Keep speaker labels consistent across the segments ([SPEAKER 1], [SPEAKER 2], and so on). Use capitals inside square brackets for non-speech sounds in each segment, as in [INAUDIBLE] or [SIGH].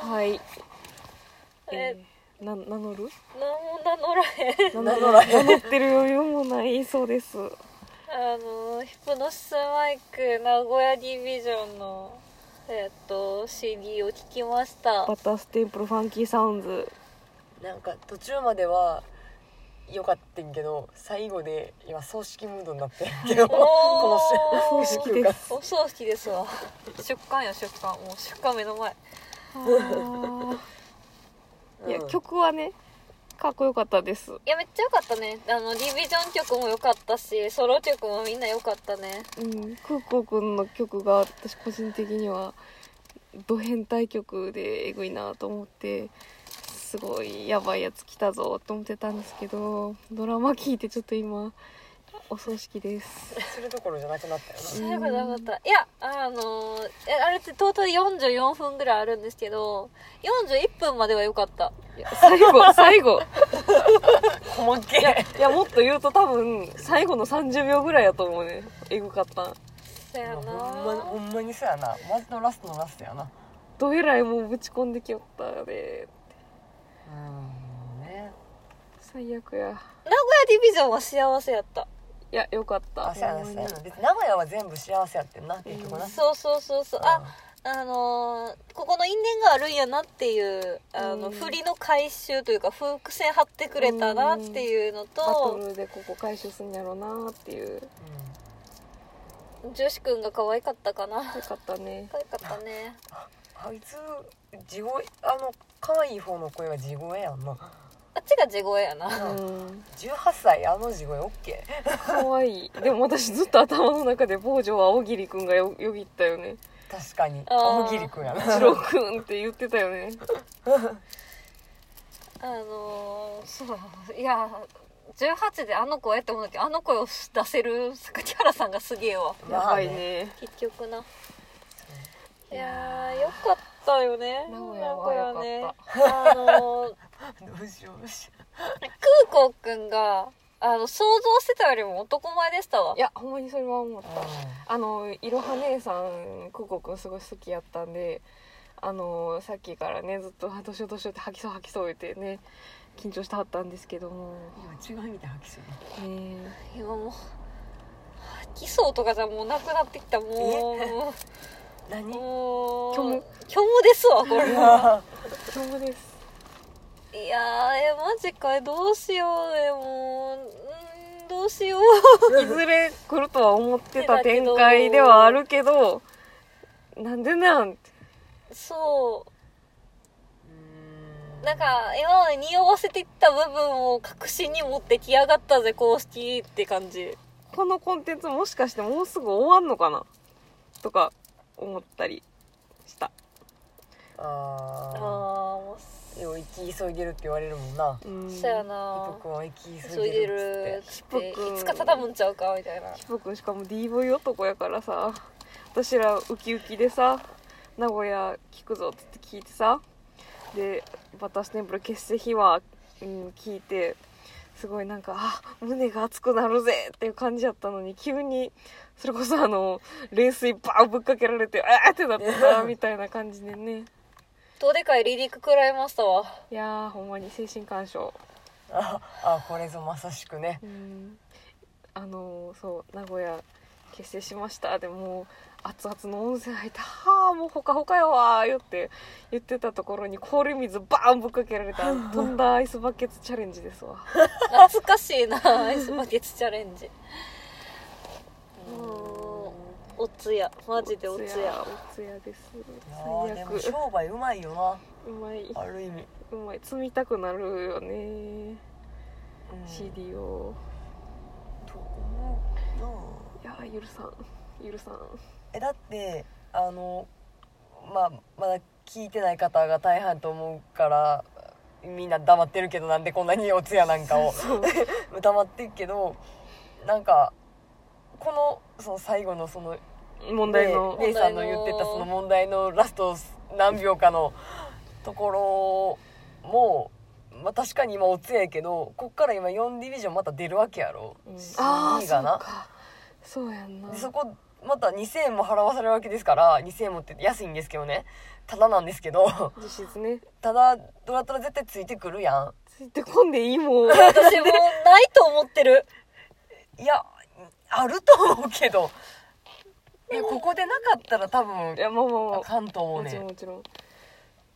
[SPEAKER 1] はい。
[SPEAKER 2] え
[SPEAKER 1] えー、な名乗る？
[SPEAKER 2] なんも名乗らへん
[SPEAKER 1] 名
[SPEAKER 3] [LAUGHS] 名乗らへん
[SPEAKER 1] 乗ってる余裕もないそうです。
[SPEAKER 2] あのヒプノシスマイク名古屋ディビジョンのえっと CD を聴きました
[SPEAKER 1] バターステンプルファンキーサウンズ。
[SPEAKER 3] なんか途中までは良かったんけど最後で今葬式ムードになってるけどこの
[SPEAKER 2] おー
[SPEAKER 3] し
[SPEAKER 1] 葬式です
[SPEAKER 2] お葬式ですわ出棺や出棺もう出棺目の前
[SPEAKER 1] あーいや、
[SPEAKER 3] うん
[SPEAKER 1] 曲はねかっこよかったです。
[SPEAKER 2] いやめっちゃ良かったねあのディビジョン曲も良かったしソロ曲もみんな良かったね
[SPEAKER 1] うん、空港くんの曲が私個人的にはド変態曲でえぐいなと思ってすごいやばいやつ来たぞと思ってたんですけどドラマ聞いてちょっと今お葬式です
[SPEAKER 3] するどころじゃなくなったよな
[SPEAKER 2] 最後だかったいやあのーえあれってトータル44分ぐらいあるんですけど41分までは良かった
[SPEAKER 1] いや最後最後
[SPEAKER 3] 細け
[SPEAKER 1] いやいやもっと言うと多分最後の30秒ぐらいやと思うねえぐかった
[SPEAKER 2] そやな
[SPEAKER 3] ほんまほんまにそうやなマジのラストのラストやな
[SPEAKER 1] どえらいもうぶち込んできよったで
[SPEAKER 3] うんね
[SPEAKER 1] 最悪や
[SPEAKER 2] 名古屋ディビジョンは幸せやった
[SPEAKER 1] いやよかった
[SPEAKER 3] あそうやなそうやな別に名古屋は全部幸せやってんな結局な
[SPEAKER 2] そうそうそうそうああのーここの因縁があるんやなっていうあの、
[SPEAKER 1] うん
[SPEAKER 2] 振りの回収というか伏線張ってくれたなっていうの
[SPEAKER 1] バト
[SPEAKER 2] と、
[SPEAKER 1] ルでここ回収すんやろなっていうよ
[SPEAKER 2] 女子くんが可愛かったかな
[SPEAKER 1] かったね
[SPEAKER 2] 可愛かったね
[SPEAKER 3] うんあいつ地声あの可愛い方の声は地声やんな
[SPEAKER 2] あっちが地声やな
[SPEAKER 1] うん
[SPEAKER 3] 18歳あの地声オッケー
[SPEAKER 1] 可愛いでも私ずっと頭の中で傍女は青桐くんがよよぎったよ
[SPEAKER 3] [LAUGHS]
[SPEAKER 1] ね
[SPEAKER 3] 確かに
[SPEAKER 2] あー
[SPEAKER 3] 大喜利くんやな
[SPEAKER 1] 次郎くんって言ってたよね
[SPEAKER 2] あのーそういや18であの声って思うんだけどあの声を出せる榊原さんがすげえわ
[SPEAKER 1] やばいね
[SPEAKER 2] 結局ないやーよかったよね
[SPEAKER 1] 名古屋は良かった
[SPEAKER 2] 名古屋ねあのー
[SPEAKER 3] どうしようどうしよ
[SPEAKER 2] 空港くんがあの想像してたよりも男前でしたわ
[SPEAKER 1] いやほんまにそれは思っ
[SPEAKER 3] う
[SPEAKER 1] たあのいろは姉さんココくんすごい好きやったんであのさっきからねずっと「あどうしようどうしよう」って吐きそう吐きそう言ってね緊張してはったんですけども
[SPEAKER 3] うん今違う意味で吐きそう
[SPEAKER 1] ね
[SPEAKER 2] 今もう基礎とかじゃもうなくなってきたもう
[SPEAKER 3] 何
[SPEAKER 2] もう
[SPEAKER 1] 虚無
[SPEAKER 2] 虚無ですわこれ
[SPEAKER 3] [LAUGHS]
[SPEAKER 1] 今日です
[SPEAKER 2] いやーえマジかどうしようえもううんどうしよう [LAUGHS]
[SPEAKER 1] いずれ来るとは思ってた展開ではあるけどなんでなんて
[SPEAKER 2] そううなんか今まで匂わせていった部分を確信に持ってきやがったぜ公式って感じ
[SPEAKER 1] このコンテンツもしかしてもうすぐ終わんのかなとか思ったりした
[SPEAKER 2] ああ
[SPEAKER 3] あ
[SPEAKER 2] も
[SPEAKER 3] あよう行き急いでるって言われるもんな
[SPEAKER 1] うん
[SPEAKER 2] うそや
[SPEAKER 3] ヒ
[SPEAKER 2] な
[SPEAKER 3] ポ君は行き急
[SPEAKER 2] 急い
[SPEAKER 3] い
[SPEAKER 2] で
[SPEAKER 3] でる
[SPEAKER 2] る
[SPEAKER 3] っつって
[SPEAKER 2] っ
[SPEAKER 1] ヒップ
[SPEAKER 2] て
[SPEAKER 1] 君
[SPEAKER 2] いつか畳むんちゃうかみたいな
[SPEAKER 1] ヒポ君しかも DV 男やからさ私らウキウキでさ名古屋聞くぞっつって聞いてさでバターステンプル結成秘話、うん、聞いてすごいなんかあ胸が熱くなるぜっていう感じやったのに急にそれこそあの冷水バーンぶっかけられてあーってなったみた [LAUGHS] いな感じでね
[SPEAKER 2] どでかい離陸食らいましたわ
[SPEAKER 1] いやーほんまに精神干渉
[SPEAKER 3] [LAUGHS] ああこれぞまさしくね
[SPEAKER 1] うんあのーそう名古屋結成しましたでもう熱々の温泉入って「はあもうほかほかやわ」言って言ってたところに氷水バーンぶっかけられた飛んだアイスバケツチャレンジですわ
[SPEAKER 2] 懐かしいなアイスバケツチャレンジもうおつやマジでおつや
[SPEAKER 1] おつやです
[SPEAKER 3] いやー
[SPEAKER 1] 最
[SPEAKER 3] でも
[SPEAKER 1] 悪
[SPEAKER 3] 商売うまいよ
[SPEAKER 1] うまい
[SPEAKER 3] なある意味、
[SPEAKER 1] うまい積みたくなるよね
[SPEAKER 3] うん、
[SPEAKER 1] CD を
[SPEAKER 3] と思うない
[SPEAKER 1] やー許さん許さん
[SPEAKER 3] えだってあのまあまだ聞いてない方が大半と思うからみんな黙ってるけどなんでこんなにお通夜なんかを
[SPEAKER 1] そう
[SPEAKER 3] 黙ってるけどなんかこのその最後のその
[SPEAKER 1] 問題の
[SPEAKER 3] レイレイさんの言ってたその問題のラスト何秒かのところも、まあ、確かに今おつやけどこっから今4ディビジョンまた出るわけやろ、
[SPEAKER 1] うん
[SPEAKER 3] CD
[SPEAKER 1] ああそう
[SPEAKER 3] がな
[SPEAKER 1] かそうやんな
[SPEAKER 3] でそこまた2000円も払わされるわけですから2000円もって安いんですけどねただなんですけど [LAUGHS]
[SPEAKER 1] 実質ね
[SPEAKER 3] ただドラトラ絶対ついてくるや
[SPEAKER 1] ついてこんでいい
[SPEAKER 3] [LAUGHS]
[SPEAKER 1] もん
[SPEAKER 2] 私もうないと思ってる
[SPEAKER 3] んいやあると思うけどいやここでなかったら多分
[SPEAKER 1] いやまあまあ
[SPEAKER 3] あ
[SPEAKER 1] ま
[SPEAKER 3] かんと
[SPEAKER 1] あ
[SPEAKER 3] 思う
[SPEAKER 1] もち
[SPEAKER 3] ね
[SPEAKER 1] ろんもちろん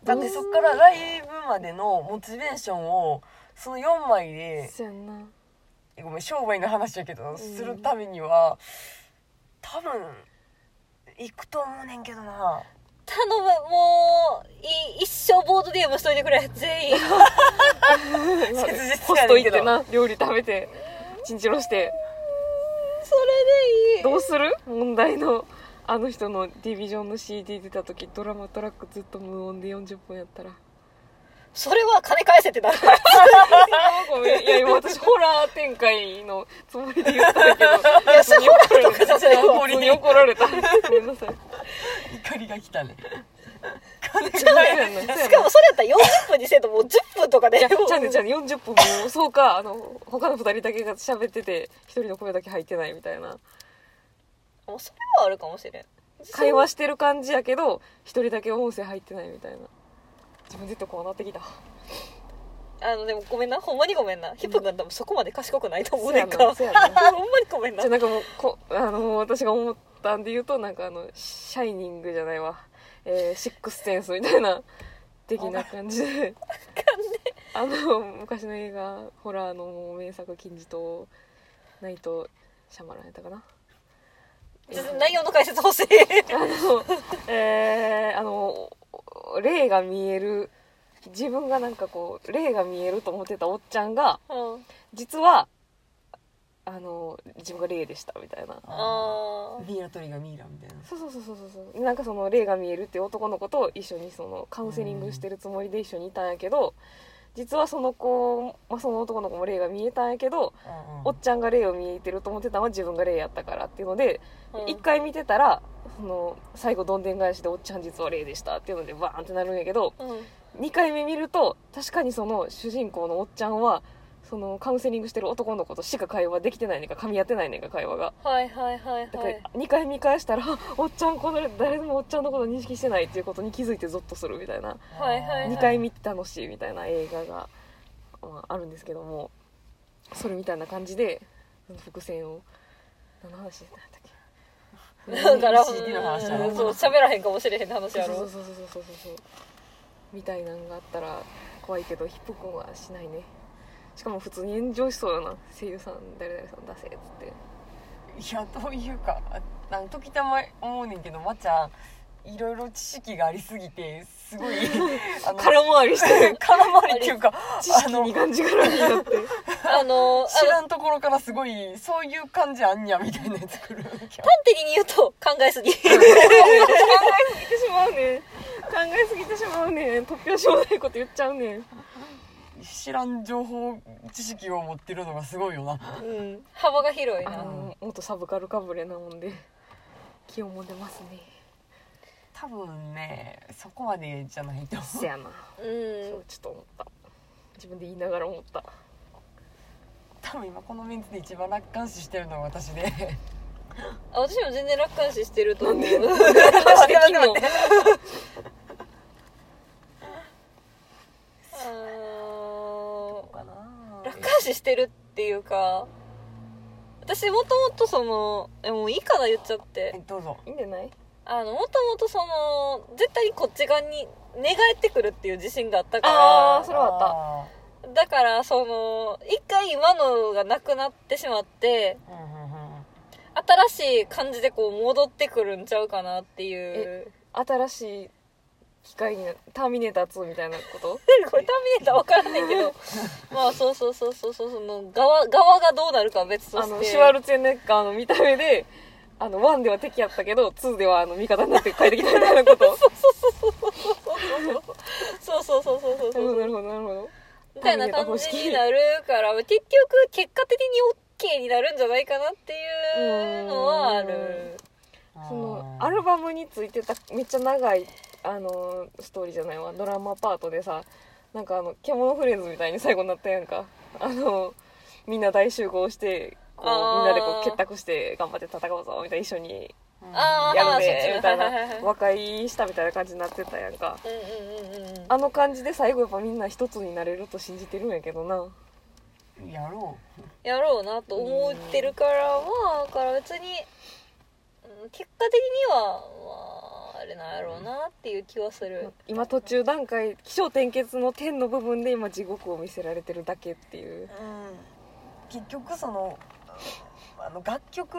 [SPEAKER 3] だってそっからライブまでのモチベーションをその4枚で
[SPEAKER 1] そうや
[SPEAKER 3] [LAUGHS]
[SPEAKER 1] んな
[SPEAKER 3] ごめん商売の話やけど、
[SPEAKER 1] ん
[SPEAKER 3] するためには多分行くと思うねんけどな
[SPEAKER 2] 頼むもうい一生ボードゲームしといてくれ全員
[SPEAKER 3] 切実
[SPEAKER 1] ホ
[SPEAKER 3] や
[SPEAKER 1] スト
[SPEAKER 3] ね
[SPEAKER 1] 行っ
[SPEAKER 3] んけ
[SPEAKER 1] て
[SPEAKER 3] ど
[SPEAKER 1] な料理食べてチンチロして
[SPEAKER 2] それでいい
[SPEAKER 1] どうする問題のあの人のディビジョンの CD 出た時ドラマトラックずっと無音で40分やった
[SPEAKER 3] [LAUGHS]
[SPEAKER 1] ら
[SPEAKER 2] それは金返せってなる
[SPEAKER 1] ごめんいや今私ホラー展開のつもりで言ったんだけ
[SPEAKER 3] [LAUGHS]
[SPEAKER 1] ど
[SPEAKER 2] いやそれは
[SPEAKER 1] 怒られた
[SPEAKER 2] じゃない
[SPEAKER 1] [LAUGHS] 普通に怒られたごめんな
[SPEAKER 3] [LAUGHS]
[SPEAKER 1] さい
[SPEAKER 3] 怒りが来たね
[SPEAKER 2] しかもそれやったら40分にせんともう10分とかで
[SPEAKER 1] じゃ
[SPEAKER 2] も
[SPEAKER 1] じゃあ
[SPEAKER 2] う
[SPEAKER 1] ねじゃあね40分もそうかあの他の2人だけが喋ってて1人の声だけ入ってないみたいな
[SPEAKER 2] もうそれはあるかもしれん
[SPEAKER 1] 会話してる感じやけど1人だけ音声入ってないみたいな自分で言ってこうなってきた
[SPEAKER 2] あのでもごめんなほんまにごめんなヒップ君多分そこまで賢くないと思うねんか
[SPEAKER 1] そうやなそうや
[SPEAKER 2] ほんまにごめんな
[SPEAKER 1] じゃあなんかもうこあの私が思ったんで言うとなんかあの「シャイニング」じゃないわ「えー、シックスセンス」みたいな的な感じであの昔の映画ホラーの名作「金字塔」「ナイト・シャマラン」やったかな
[SPEAKER 2] ちょっと内容の解説欲しい
[SPEAKER 1] あの、えー、あの、霊が見える、自分がなんかこう、霊が見えると思ってたおっちゃんが、
[SPEAKER 2] うん
[SPEAKER 1] 実は、あの、自分が霊でした、みたいな。
[SPEAKER 2] あ
[SPEAKER 3] ミイラ鳥がミイラみたいな
[SPEAKER 1] そうそうそうそうそう。なんかその、霊が見えるっていう男の子と一緒にその、カウンセリングしてるつもりで一緒にいたんやけど、実はその子、まあ、その男の子も霊が見えたんやけど、
[SPEAKER 3] うんうん
[SPEAKER 1] おっちゃんが霊を見えてると思ってたのは自分が霊やったからっていうので、
[SPEAKER 2] ーうん
[SPEAKER 1] 一回見てたらその最後どんでん返しでおっちゃん実は霊でしたっていうのでバーンってなるんやけど
[SPEAKER 2] うん
[SPEAKER 1] 2回目見ると確かにその主人公のおっちゃんはそのカウンセリングしてる男の子としか会話できてないねんか噛み合ってないねんか会話が
[SPEAKER 2] はいはいはい
[SPEAKER 1] だ
[SPEAKER 2] は
[SPEAKER 1] から
[SPEAKER 2] い
[SPEAKER 1] 2回見返したら [LAUGHS] おっちゃんこの誰でもおっちゃんのこと認識してないっていうことに気づいてゾッとするみたいな
[SPEAKER 2] はいはいはい
[SPEAKER 1] 2回見て楽しいみたいな映画が、まあ、あるんですけどもそれみたいな感じで伏線を何の話してたんだっけ
[SPEAKER 2] だから
[SPEAKER 3] CD の話やろ
[SPEAKER 2] うんそう喋らへんかもしれへん話
[SPEAKER 1] そう
[SPEAKER 2] や
[SPEAKER 1] そう
[SPEAKER 2] ろ
[SPEAKER 1] そうそうそうそうそうみたいなんがあったら怖いけどヒップ君はしないねしかも普通に炎上しそうよな声優さん誰々さん出せっつって
[SPEAKER 3] いやというかあなん時たま思うねんけどまっちゃんいろいろ知識がありすぎてすごいあの
[SPEAKER 1] 空回
[SPEAKER 3] [LAUGHS]
[SPEAKER 1] りしてる
[SPEAKER 3] 空回りっていうか
[SPEAKER 1] 知
[SPEAKER 3] あ
[SPEAKER 1] 識
[SPEAKER 3] の
[SPEAKER 1] にがんじがらみになって
[SPEAKER 2] あの
[SPEAKER 3] 知
[SPEAKER 2] あの
[SPEAKER 3] らんところからすごいそういう感じあんにゃみたいなやつ来る
[SPEAKER 2] 端的に言うと考えすぎ
[SPEAKER 1] 考えすぎてしまうねん考えすぎてしまうねん突拍子もないこと言っちゃうねん
[SPEAKER 3] 知らん情報知識を持ってるのがすごいよな
[SPEAKER 2] うん幅が広い
[SPEAKER 1] あ
[SPEAKER 2] な
[SPEAKER 1] の元サブカルかぶれなもんで気をもんでますね
[SPEAKER 3] 多分ねそこまでじゃないと思
[SPEAKER 1] せやな
[SPEAKER 2] う
[SPEAKER 1] そうんちょっと思った自分で言いながら思った
[SPEAKER 3] う多分今このメンツで一番楽観視してるのが私で
[SPEAKER 2] あ私も全然楽観視してると思う [LAUGHS] 私
[SPEAKER 3] 待って
[SPEAKER 2] 昨
[SPEAKER 3] 待って
[SPEAKER 2] 日
[SPEAKER 3] 待って
[SPEAKER 2] あー
[SPEAKER 3] そうかな
[SPEAKER 2] 楽観視してるっていうか私もともとそのえもういいかな言っちゃっ
[SPEAKER 3] え
[SPEAKER 2] て
[SPEAKER 3] どうぞ
[SPEAKER 1] いいんじゃない
[SPEAKER 2] あのもともとその絶対にこっち側に寝返ってくるっていう自信があった
[SPEAKER 1] あー
[SPEAKER 2] か
[SPEAKER 1] それは
[SPEAKER 3] あ
[SPEAKER 2] らだからその一回今のがなくなってしまって
[SPEAKER 3] ったうんうんうん
[SPEAKER 2] 新しい感じでこう戻ってくるんちゃうかなっていう
[SPEAKER 1] 新しい機械になターミネーター2みたいなこと
[SPEAKER 2] これターミネーター分からないけ
[SPEAKER 1] [LAUGHS]
[SPEAKER 2] どまあそうそうそうそうそうその側側がどうなるかは別と
[SPEAKER 1] あ
[SPEAKER 2] して
[SPEAKER 1] のシュワルツェネッガーの見た目であの1では敵やったけど2ではあの味方になって帰ってきたみたいなこと
[SPEAKER 2] そうそうそうそうそうそう
[SPEAKER 1] なるほどなるほどなるほど
[SPEAKER 2] みたいな感じになるから結局結果的に OK になるんじゃないかなっていうのはある
[SPEAKER 1] そのアルバムについてためっちゃ長いあのストーリーじゃないわドラマパートでさなんかあの獣フレンズみたいに最後になったやんかあのみんな大集合してこう
[SPEAKER 2] あ
[SPEAKER 1] み
[SPEAKER 2] ー
[SPEAKER 1] んなでこう結託して頑張って戦おうぞみたいな一緒に
[SPEAKER 2] あー
[SPEAKER 1] やる
[SPEAKER 2] あーそっち
[SPEAKER 1] で
[SPEAKER 2] ね
[SPEAKER 1] みたい
[SPEAKER 2] はいはいは
[SPEAKER 1] ない和解したみたいな感じになってたやんか
[SPEAKER 2] うんうんうんうんうん
[SPEAKER 1] あの感じで最後やっぱみんな一つになれると信じてるんやけどな
[SPEAKER 3] やろ
[SPEAKER 2] やろうなと思ってるから、まあだから別にうん結果的には、まあ、あれなんやろうなっていう気はする、
[SPEAKER 1] 今途中段階起承転結の天の部分で今地獄を見せられてるだけっていう
[SPEAKER 3] う、結局そのあの楽曲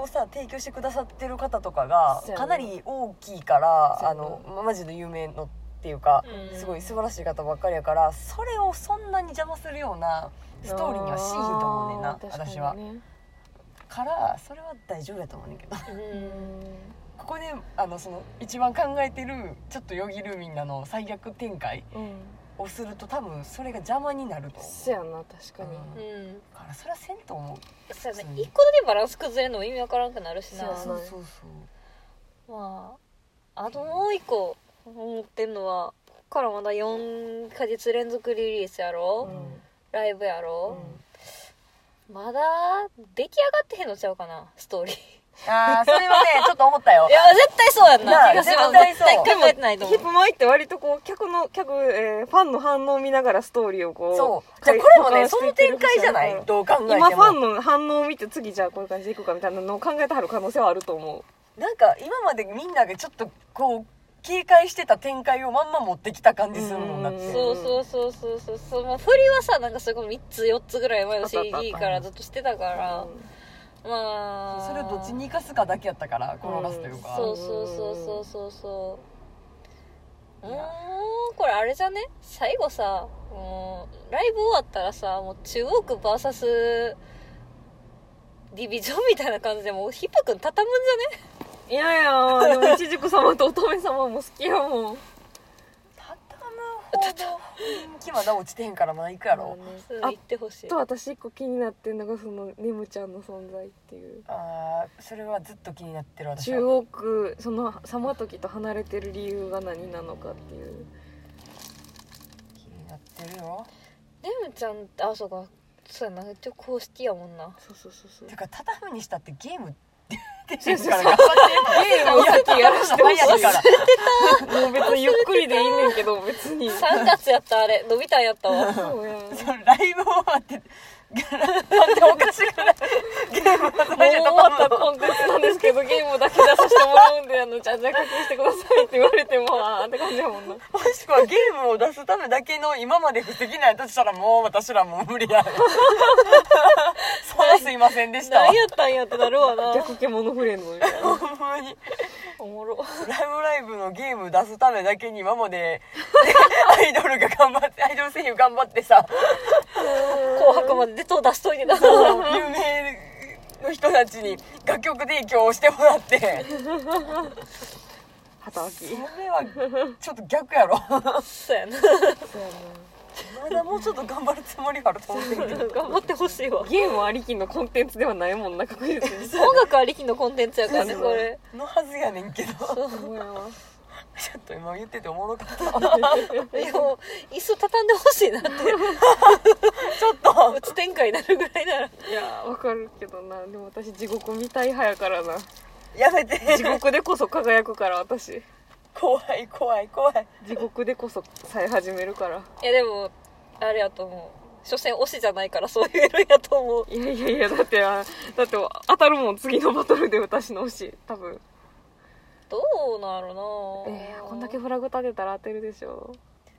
[SPEAKER 3] をさ提供してくださってる方とかが
[SPEAKER 1] そうやね
[SPEAKER 3] かなり大きいか
[SPEAKER 1] そう
[SPEAKER 3] らあ
[SPEAKER 1] やね
[SPEAKER 3] のまマジの有名のっていうか、
[SPEAKER 2] うん
[SPEAKER 3] すごい素晴らしい方ばっかりやからそれをそんなに邪魔するようなストーリーにはしいと思うねんな
[SPEAKER 1] あー
[SPEAKER 3] 私は
[SPEAKER 1] 確か。にね
[SPEAKER 3] からそれは大丈夫やと思うねんけど [LAUGHS]
[SPEAKER 2] うん
[SPEAKER 3] ここであのその一番考えてるちょっとよぎるみんなの最悪展開
[SPEAKER 1] うん、うん、
[SPEAKER 3] をすると多分それが邪魔になると思う
[SPEAKER 1] そやな確かに、
[SPEAKER 3] うん
[SPEAKER 2] うん
[SPEAKER 3] からそれはせんと思う
[SPEAKER 2] そうやね
[SPEAKER 3] うん
[SPEAKER 2] 一個だけバランス崩れるのも意味わからんくなるしな
[SPEAKER 1] そうそう
[SPEAKER 3] そう
[SPEAKER 2] まああともう一個思ってんのはからまだ4ヶ月連続リリースやろ、
[SPEAKER 1] うん
[SPEAKER 2] ライブや
[SPEAKER 1] う
[SPEAKER 2] ろ、
[SPEAKER 1] ん
[SPEAKER 2] まだ出来上がってへんのちゃうかなストーリー
[SPEAKER 3] ああそれは
[SPEAKER 1] [LAUGHS]
[SPEAKER 3] ねちょっと思ったよ
[SPEAKER 2] いや絶対そうやん
[SPEAKER 3] な
[SPEAKER 2] な
[SPEAKER 3] あ
[SPEAKER 2] 気がする
[SPEAKER 3] 絶対そ
[SPEAKER 2] 絶
[SPEAKER 3] う
[SPEAKER 2] 対考えてないと思
[SPEAKER 1] ヒ
[SPEAKER 2] う
[SPEAKER 1] ップマイって割とこう客の客、えーファンの反応を見ながらストーリーをこう
[SPEAKER 3] そうじ
[SPEAKER 1] 書
[SPEAKER 3] ゃあ
[SPEAKER 1] い
[SPEAKER 3] これもねその展開じゃないどう考えても
[SPEAKER 1] 今ファンの反応を見て次じゃあこういう感じでいくかみたいなのを考えてはる可能性はあると思
[SPEAKER 3] なんか今までみんながちょっとこう警戒してた展開をまんま持ってきた感じするもんだっ
[SPEAKER 1] うん
[SPEAKER 3] て
[SPEAKER 2] そうそうそうそうそうそう、まあ、振りはさなんかすごい3つ4つぐらい前の CD からずっとしてたか
[SPEAKER 1] う、
[SPEAKER 2] らまあ
[SPEAKER 3] それをどっちに生かすかだけやったから転がすというか
[SPEAKER 2] そうそうそうそうそうそううーんこれあれじゃね最後さもうライブ終わったらさもう中央区 VS ディビジョンみたいな感じでもうヒップ君畳むんじゃね
[SPEAKER 1] いやいやでもいちじく様と乙女様も好きやもん
[SPEAKER 3] 畳むほど人気まだ落ちてへんからまだ行くやろ
[SPEAKER 2] うん
[SPEAKER 1] あ
[SPEAKER 2] 言ってほしい
[SPEAKER 1] と私一個気になってんのがそのネムちゃんの存在っていう
[SPEAKER 3] あーそれはずっと気になってる私
[SPEAKER 1] 中
[SPEAKER 3] は
[SPEAKER 1] 央区その様時と離れてる理由が何なのかっていう
[SPEAKER 3] 気になってるよ
[SPEAKER 2] レムちゃんあそうかそうやな一応公式やもんな
[SPEAKER 1] そうそうそうそう
[SPEAKER 3] てか畳むにしたってゲームって
[SPEAKER 1] そう
[SPEAKER 3] 言っ
[SPEAKER 1] そうそう
[SPEAKER 3] てるから頑
[SPEAKER 1] ゲームを先やらしてほし
[SPEAKER 3] 張ってやるから
[SPEAKER 1] いもう別にゆっくりでいいねんけど別にそ
[SPEAKER 2] 3月やったあれ伸びたんやったわ
[SPEAKER 1] うやん
[SPEAKER 3] そのライブ終わってだっておかしくないゲームはそ
[SPEAKER 1] もう
[SPEAKER 3] れじ
[SPEAKER 1] 終
[SPEAKER 3] ゃ
[SPEAKER 1] わった
[SPEAKER 3] 畳むの
[SPEAKER 1] コンテンツなんですけどゲームだけ出さ
[SPEAKER 2] [LAUGHS]
[SPEAKER 1] せてもらうんであのじゃあじゃあ課金してくださいって言われてもあーって感じやもんな
[SPEAKER 3] もしくはゲームを出すためだけの今まで不敵なやつしたらもう私らもう無理や [LAUGHS] そうすいませんでしたわ
[SPEAKER 2] 何やったんやってなるわ
[SPEAKER 1] [LAUGHS]
[SPEAKER 2] な
[SPEAKER 1] 逆獣フレンドみたいな
[SPEAKER 3] [LAUGHS] ほんまに
[SPEAKER 2] [LAUGHS] おもろ
[SPEAKER 3] 「ライブライブ!」のゲーム出すためだけに今までアイドルが頑張ってアイドル声優頑張ってさ
[SPEAKER 2] 紅白まで出と出しといてな
[SPEAKER 3] 有名の人たちに楽曲提供をしてもらって
[SPEAKER 1] 旗
[SPEAKER 3] そ
[SPEAKER 1] 巻き
[SPEAKER 3] れはちょっと逆やろ
[SPEAKER 2] そうやな
[SPEAKER 1] そうや
[SPEAKER 3] まだもうちょっと頑張るつもりはあると思ってん
[SPEAKER 2] [LAUGHS]
[SPEAKER 3] けど
[SPEAKER 2] 頑張ってほしいわ
[SPEAKER 1] なゲームありきのコンテンツではないもんな確実に
[SPEAKER 2] 音楽ありきのコンテンツやからね
[SPEAKER 1] そう
[SPEAKER 2] これ
[SPEAKER 3] のはずやねんけどちょ
[SPEAKER 1] そうやわ
[SPEAKER 3] っと今言ってておもろかったちょ
[SPEAKER 2] いや
[SPEAKER 3] っ
[SPEAKER 2] もう椅子畳んでほしいなって [LAUGHS]
[SPEAKER 3] と
[SPEAKER 2] うつ展開になるぐらいなら
[SPEAKER 1] いやわかるけどなでも私地獄見たい派やからな
[SPEAKER 3] やめ
[SPEAKER 1] 地
[SPEAKER 3] て
[SPEAKER 1] 獄でこそ輝くから私
[SPEAKER 3] 怖い怖い怖い
[SPEAKER 1] 地獄でこそさえ始めるから
[SPEAKER 2] いやでもあれやと思う所詮推しじゃないからそういうのやと思う
[SPEAKER 1] いやいやいやだってあだって当たるもん次のバトルで私の推し多分
[SPEAKER 2] どうなるな
[SPEAKER 1] えー、こんだけフラグ立てたら当てるでしょ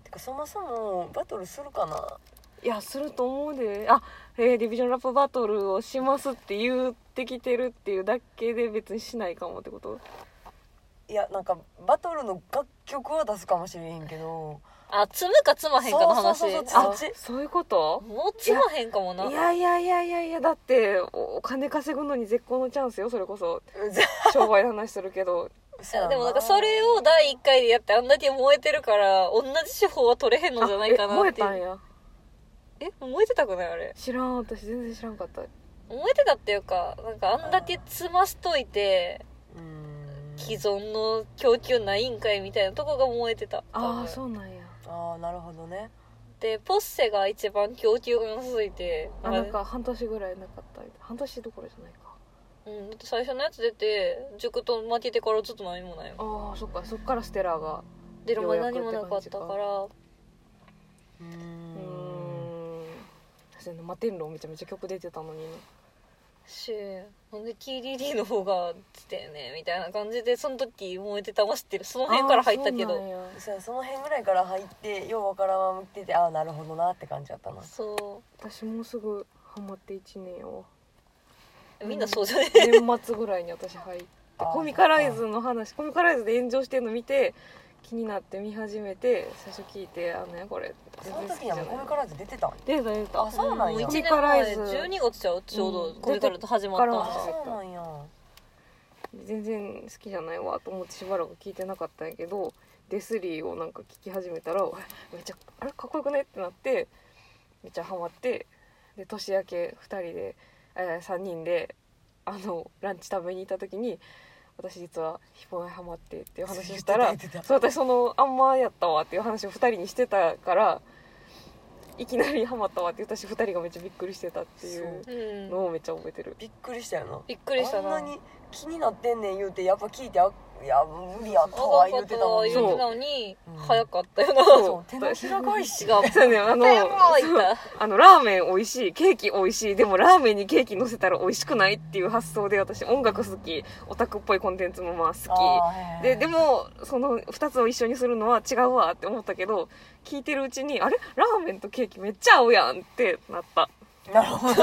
[SPEAKER 3] てかそもそもバトルするかない
[SPEAKER 1] やすると思うであえー、ディビジョンラップバトルをしますって言ってきてるっていうだけで別にしないかもってこと
[SPEAKER 3] いやなんかバトルの楽曲は出すかもしれへんけど
[SPEAKER 2] あ積むか積まへんかの話
[SPEAKER 3] そうそうそうそう
[SPEAKER 2] あ
[SPEAKER 3] そっち
[SPEAKER 1] そういうこと
[SPEAKER 2] もう積まへんかもない
[SPEAKER 1] やいやいやいやいやだっておお金稼ぐのに絶好のチャンスよそれこそ
[SPEAKER 3] じゃ
[SPEAKER 1] 商売の話するけど
[SPEAKER 3] あ
[SPEAKER 2] でもなんかそれを第1回でやってあんだけ燃えてるから同じ手法は取れへんのじゃないかな
[SPEAKER 1] あ
[SPEAKER 2] っ
[SPEAKER 1] え
[SPEAKER 2] て
[SPEAKER 1] 燃えたんや
[SPEAKER 2] え燃えてたくないあれ
[SPEAKER 1] 知らん私全然知らんかった
[SPEAKER 2] 燃えてたっていうかなんかあんだけ詰ましといて
[SPEAKER 3] うーん
[SPEAKER 2] 既存の供給ないんかいみたいなとこが燃えてた
[SPEAKER 1] ああそううなんや
[SPEAKER 3] ああなるほどね
[SPEAKER 2] でポッセが一番供給が続いて
[SPEAKER 1] あなんか半年ぐらいなかった半年どころじゃないか
[SPEAKER 2] うん、だって最初のやつ出て塾と負けてからずっと何もないよ
[SPEAKER 1] ああそっかそっからステラが
[SPEAKER 2] 出る前
[SPEAKER 1] ようやく
[SPEAKER 2] 何もなかったから
[SPEAKER 3] う
[SPEAKER 1] うんんそうやな摩天楼めちゃめちゃ曲出てたのにね
[SPEAKER 2] しなんで KDD の方が出てんねみたいな感じでその時燃えてたましてるその辺から入ったけ
[SPEAKER 1] あーそう
[SPEAKER 2] ど
[SPEAKER 1] なんや
[SPEAKER 3] そうやその辺ぐらいから入ってようわからんまま見ててああなるほどなって感じだったな
[SPEAKER 2] そ
[SPEAKER 1] 私もうすぐハマって1年を
[SPEAKER 2] うみんなそうじゃね、
[SPEAKER 1] 年末ぐらいに私入って
[SPEAKER 3] あー
[SPEAKER 1] コミカライズの話コミカライズで炎上してるの見て気になって見始めて最初聞いて「あのねこれ
[SPEAKER 3] その時に
[SPEAKER 1] な
[SPEAKER 3] はいもうコミカライズ出てたんや
[SPEAKER 1] 出た出た
[SPEAKER 3] あそうなん
[SPEAKER 2] もう
[SPEAKER 3] や
[SPEAKER 2] 1
[SPEAKER 1] コミ
[SPEAKER 2] 年
[SPEAKER 1] カラ
[SPEAKER 2] 前
[SPEAKER 1] イズ
[SPEAKER 2] 12月ちゃうちょう
[SPEAKER 1] う
[SPEAKER 2] ど
[SPEAKER 1] ん
[SPEAKER 2] コミカルと始まっ
[SPEAKER 1] 出て
[SPEAKER 2] た
[SPEAKER 1] か
[SPEAKER 2] の
[SPEAKER 1] ら
[SPEAKER 3] あそうなんや
[SPEAKER 1] 全然好きじゃないわと思ってしばらく聞いてなかったんやけどデスリーをなんか聞き始めたらめっちゃあれかっこよくねってなってめっちゃハマってで年明け2人で、え3人であのランチ食べに行った時に私実はヒポンハマってっていう話をしたら
[SPEAKER 3] 言ってた言って
[SPEAKER 1] そう私そのあんまやったわっていう話を2人にしてたからいきなりハマったわって言ったし2人がめっちゃびっくりしてたっていう
[SPEAKER 2] うん
[SPEAKER 1] のをめっちゃ覚えてる
[SPEAKER 3] た。びっくりしたよな
[SPEAKER 2] びっくりしたな
[SPEAKER 3] あんなに気になってんねん言うてやっぱ聞いてあいや無理やった
[SPEAKER 2] 長
[SPEAKER 3] わ
[SPEAKER 2] か
[SPEAKER 3] 言
[SPEAKER 2] っ
[SPEAKER 3] う
[SPEAKER 2] た
[SPEAKER 3] てた
[SPEAKER 2] わ
[SPEAKER 3] もん
[SPEAKER 2] 言う
[SPEAKER 3] ね
[SPEAKER 2] てた
[SPEAKER 1] そう
[SPEAKER 2] のに
[SPEAKER 3] うん
[SPEAKER 2] 早かったよな
[SPEAKER 1] そう
[SPEAKER 3] そう手のひら返しが
[SPEAKER 2] 違う
[SPEAKER 1] そうね、あの、
[SPEAKER 2] もうい
[SPEAKER 1] そう
[SPEAKER 2] た
[SPEAKER 1] あの、ラーメン美味しい、ケーキ美味しい、でもラーメンにケーキ乗せたら美味しくないっていう発想で私音楽好き、オタクっぽいコンテンツもまあ好き。で、で
[SPEAKER 3] も
[SPEAKER 1] も、その2つを一緒にするのは違うわって思ったけど、聞いてるうちに、あれラーメンとケーキめっちゃ合うやんってなった。
[SPEAKER 3] なるほど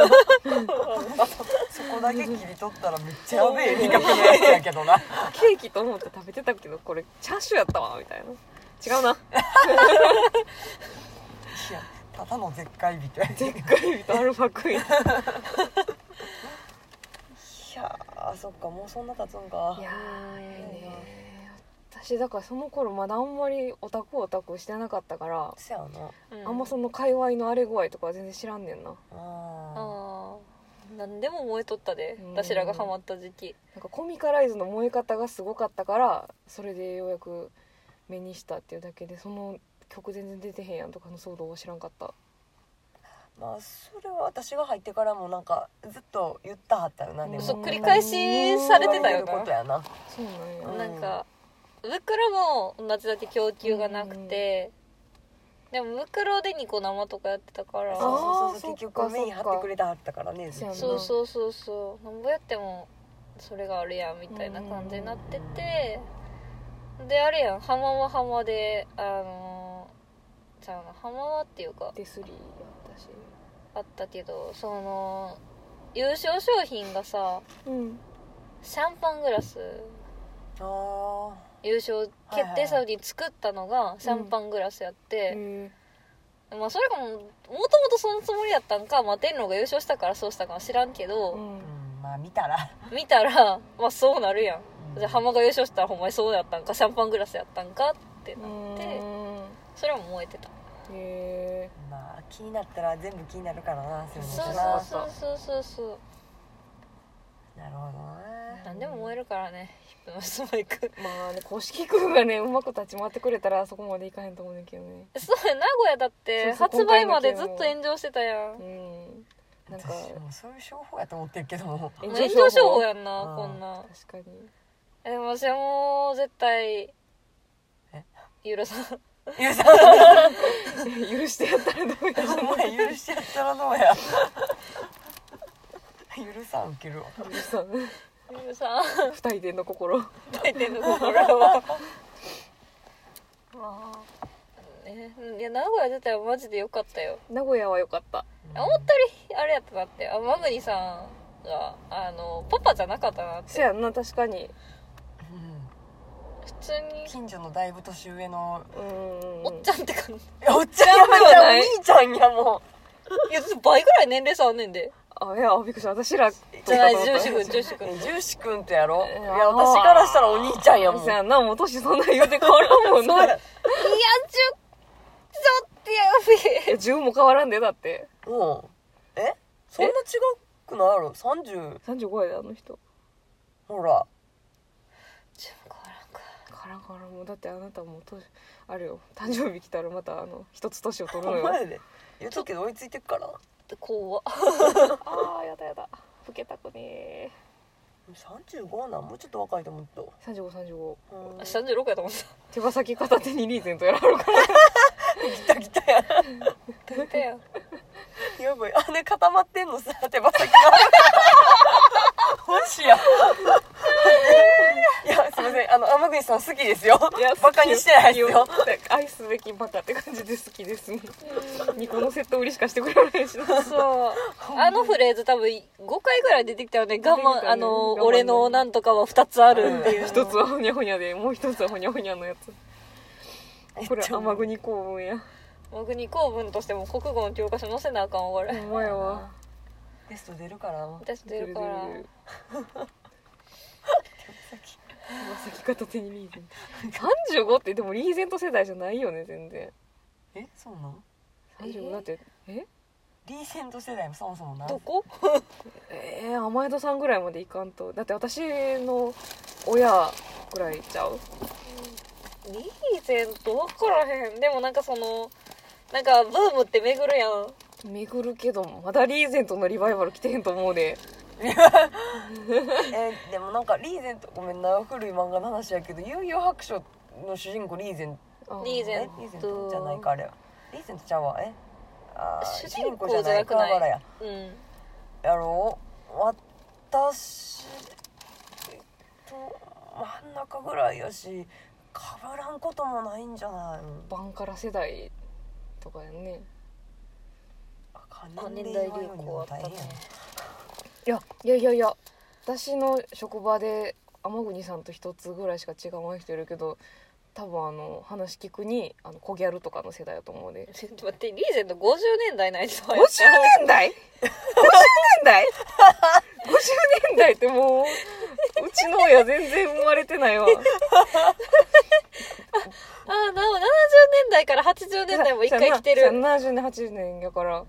[SPEAKER 3] [LAUGHS] そこだけ切り取ったらめっちゃやべえ味覚のやつやけどな
[SPEAKER 1] ケーキと思って食べてたけど、これチャーシューやったわ、みたいな。違うな。
[SPEAKER 3] [LAUGHS] いやただの絶海美とや
[SPEAKER 1] でっかいとアルファクイーン。
[SPEAKER 3] いやーそっかもうそんな経つんか
[SPEAKER 1] いやーええね私だからその頃まだあんまりオタクオタクしてなかったから
[SPEAKER 3] そやな
[SPEAKER 1] あんまその界隈の荒れ具合とかは全然知らんねんな
[SPEAKER 3] あ
[SPEAKER 2] あー何でも燃えとったで
[SPEAKER 1] うん
[SPEAKER 2] 私らがハマった時期
[SPEAKER 1] なんかコミカライズの燃え方がすごかったからそれでようやく目にしたっていうだけでその曲全然出てへんやんとかの騒動は知らんかった
[SPEAKER 3] ーまあそれは私が入ってからもなんかずっと言ったはったよなでも
[SPEAKER 2] そう繰り返しされてたよ
[SPEAKER 3] 言われることやな
[SPEAKER 1] そうなんや
[SPEAKER 3] うん
[SPEAKER 2] なんか袋も同じだけ供給がなくてでも袋でニコ生とかやってたか
[SPEAKER 3] そ
[SPEAKER 2] ら
[SPEAKER 3] う
[SPEAKER 1] あ
[SPEAKER 3] そ
[SPEAKER 1] そ
[SPEAKER 3] うそう
[SPEAKER 1] っ
[SPEAKER 3] う
[SPEAKER 1] か
[SPEAKER 3] 結局メイン張ってくれてはったからね
[SPEAKER 1] そっか
[SPEAKER 3] ずっと
[SPEAKER 2] そうそうそうそうなんぼやってもそれがあるやんみたいな感じになっててであれやん浜は浜であのーちゃうの浜はっていうか
[SPEAKER 1] デスリーやったし
[SPEAKER 2] あったけどその優勝商品がさ
[SPEAKER 1] うん
[SPEAKER 2] シャンパングラス
[SPEAKER 3] あ
[SPEAKER 2] 優勝決定戦に作ったのがシャンパングラスやって、
[SPEAKER 1] え
[SPEAKER 2] まあそれがももともとそのつもりやったんか摩天楼が優勝したからそうしたかは知らんけ
[SPEAKER 1] ーうん
[SPEAKER 2] ど、
[SPEAKER 3] ーうんまあ見たら
[SPEAKER 2] 見たらまあそうなるやんじゃあ
[SPEAKER 3] ハマ
[SPEAKER 2] 浜が優勝したらほんまにそうやったんかシャンパングラスやったんかってなって
[SPEAKER 1] うん
[SPEAKER 2] それも燃えてた
[SPEAKER 1] へえ
[SPEAKER 3] まあ気になったら全部気になるからなそういう
[SPEAKER 2] そう
[SPEAKER 3] のな
[SPEAKER 2] そうそうそうそうそ
[SPEAKER 3] なるほど
[SPEAKER 2] う
[SPEAKER 3] ね
[SPEAKER 2] 何でも燃えるからねヒップの質マイク [LAUGHS]
[SPEAKER 1] まあね公式君がねうまく立ち回ってくれたらあそこまでいかへんと思うねんだけどね
[SPEAKER 2] そうや名古屋だって
[SPEAKER 1] そうそう
[SPEAKER 2] 発売までずっと炎上してたやん
[SPEAKER 1] うんなんか
[SPEAKER 3] 私もうそういう商法やと思ってるけども
[SPEAKER 2] もう炎上商法やん
[SPEAKER 3] う
[SPEAKER 2] なんこんなん
[SPEAKER 1] 確かに
[SPEAKER 2] えでも私はもう絶対
[SPEAKER 3] え
[SPEAKER 2] ゆるさん
[SPEAKER 3] いやさ
[SPEAKER 1] 許してやったらどうや
[SPEAKER 3] お前許してやったらどうや許さんウケるわ
[SPEAKER 1] 許さん
[SPEAKER 2] ゆるさん
[SPEAKER 1] [LAUGHS] 二人での心
[SPEAKER 2] 大抵の心はまあねいや名古屋自体はマジで良かったよ
[SPEAKER 1] 名古屋は良かった
[SPEAKER 2] 思ったよりあれやったなってあマムニさんがあのパパじゃなかったなって
[SPEAKER 1] せやんな確かに
[SPEAKER 3] うん
[SPEAKER 2] 普通に
[SPEAKER 3] 近所のだいぶ年上の
[SPEAKER 1] うーん
[SPEAKER 2] おっちゃんって感じ
[SPEAKER 3] おっちゃんやめ
[SPEAKER 1] おっちゃん
[SPEAKER 3] た
[SPEAKER 1] はない
[SPEAKER 3] お兄ちゃんやも
[SPEAKER 2] いや倍ぐらい年齢差あんねんで
[SPEAKER 1] あいやびっくりした私ら
[SPEAKER 2] じゃない
[SPEAKER 1] と
[SPEAKER 2] 女子
[SPEAKER 1] 思っ
[SPEAKER 2] 君女子
[SPEAKER 3] う
[SPEAKER 2] 君
[SPEAKER 3] えジューシ君とやろい
[SPEAKER 1] えー
[SPEAKER 3] や私からしたらお兄ちゃんや
[SPEAKER 1] た
[SPEAKER 3] もん
[SPEAKER 1] せやんなもう年そんな言うて変わらんもん
[SPEAKER 3] そう
[SPEAKER 1] な
[SPEAKER 3] や
[SPEAKER 2] いやちょちょってやべえ
[SPEAKER 1] 10も変わらんでだって
[SPEAKER 3] うんえそんな違くないやろ30
[SPEAKER 1] 35やであの人
[SPEAKER 3] ほら
[SPEAKER 2] ちょ変わらんか
[SPEAKER 1] 変わらん変わらんもうだってあなたもう年あるよ誕生日来たらまたあの一つ年を取る
[SPEAKER 3] お
[SPEAKER 1] のよ
[SPEAKER 3] 前で言うとくけど追いついてっから
[SPEAKER 2] 怖っ
[SPEAKER 1] あーやだやだ老けたくね
[SPEAKER 3] 35はなもうちょっと若いと思った
[SPEAKER 1] 3535
[SPEAKER 3] うん
[SPEAKER 2] 三十六やと思っ
[SPEAKER 1] [LAUGHS] 手羽先片手にリーゼントやられるから
[SPEAKER 3] 来た来たや
[SPEAKER 2] た。ペンペンやん。
[SPEAKER 3] やばいあれ固まってん [LAUGHS] のさ手羽先が本誌やいやすいませんあの天国さん好きですよバカにしてないですよ
[SPEAKER 1] 愛すべきバカって感じで好きですね2個のセット売りしかしてくれないしな
[SPEAKER 2] そう。あのフレーズ多分5回ぐらい出てきたよね。我
[SPEAKER 1] 出てきた
[SPEAKER 2] 慢、
[SPEAKER 1] ね
[SPEAKER 2] あ
[SPEAKER 1] 我
[SPEAKER 2] の、
[SPEAKER 1] 慢の
[SPEAKER 2] 俺のなんとかは2つあるっていう。
[SPEAKER 1] 一つはほにゃほにゃでもう一つはほにゃほにゃのやつこれ天
[SPEAKER 3] 国
[SPEAKER 1] 国公文や
[SPEAKER 2] 僕に公文としても国語の教科書載せなあかんわ、こ
[SPEAKER 1] お
[SPEAKER 2] れ。
[SPEAKER 1] 前は
[SPEAKER 3] テスト出るから
[SPEAKER 2] 私出るから。
[SPEAKER 1] 手羽先片手にリーゼント35ってでもリーゼント世代じゃないよね全然
[SPEAKER 3] えそうなん
[SPEAKER 1] 35
[SPEAKER 2] え
[SPEAKER 1] だってえ
[SPEAKER 3] リーセント世代もそもそもな
[SPEAKER 2] どこ
[SPEAKER 1] えー、甘えどさんぐらいまでいかんとだって私の親ぐらいちゃう
[SPEAKER 2] リーゼント分からへん。でもなんかその、なんかブームって巡るやん。
[SPEAKER 1] 巡るけどまだリーゼントのリバイバル来てへんと思うで
[SPEAKER 3] えーでもなんかリーゼントごめんな古い漫画の話やけど「幽遊白書」の主人公リーゼン
[SPEAKER 1] あ
[SPEAKER 2] リー
[SPEAKER 3] ト
[SPEAKER 2] ゼン
[SPEAKER 3] えリーゼントじゃないかあれはリーゼントちゃうわえあー
[SPEAKER 2] 主人公じゃなく
[SPEAKER 3] 主人公
[SPEAKER 2] ない
[SPEAKER 3] 桑原や
[SPEAKER 2] うん。
[SPEAKER 3] やろう私と真ん中ぐらいやし被らんこともないんじゃない
[SPEAKER 1] バンカラ世代とかやんね
[SPEAKER 2] あ年代流行あったね。
[SPEAKER 1] いやいやいやいや私の職場で天国さんと一つぐらいしか違う人いるけど多分あの話聞くにあの小ギャルとかの世代だと思うで
[SPEAKER 2] ちょっと待って、リーゼント50年代ないです。50
[SPEAKER 1] 50年代 ?50 年代 ?50 年代ってもううちの親全然生まれてないわ
[SPEAKER 2] ああ、なお、70年代から80年代も一回来て
[SPEAKER 1] そう
[SPEAKER 2] る。
[SPEAKER 1] やなそうやな70年80年やから80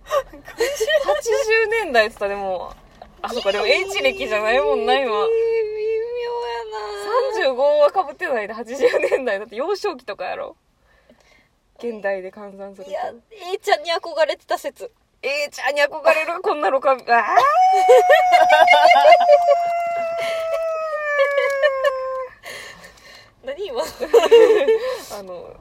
[SPEAKER 1] 年代って言ったらでもあそっかでも H 歴じゃないもんな今
[SPEAKER 2] 微妙やな
[SPEAKER 1] 35はかぶってないで80年代だって幼少期とかやろ現代で換算すると
[SPEAKER 2] いや、A ちゃんに憧れてた説。
[SPEAKER 1] えーちゃんに憧れるこんなのかあー
[SPEAKER 2] 何 [LAUGHS] 今
[SPEAKER 1] あの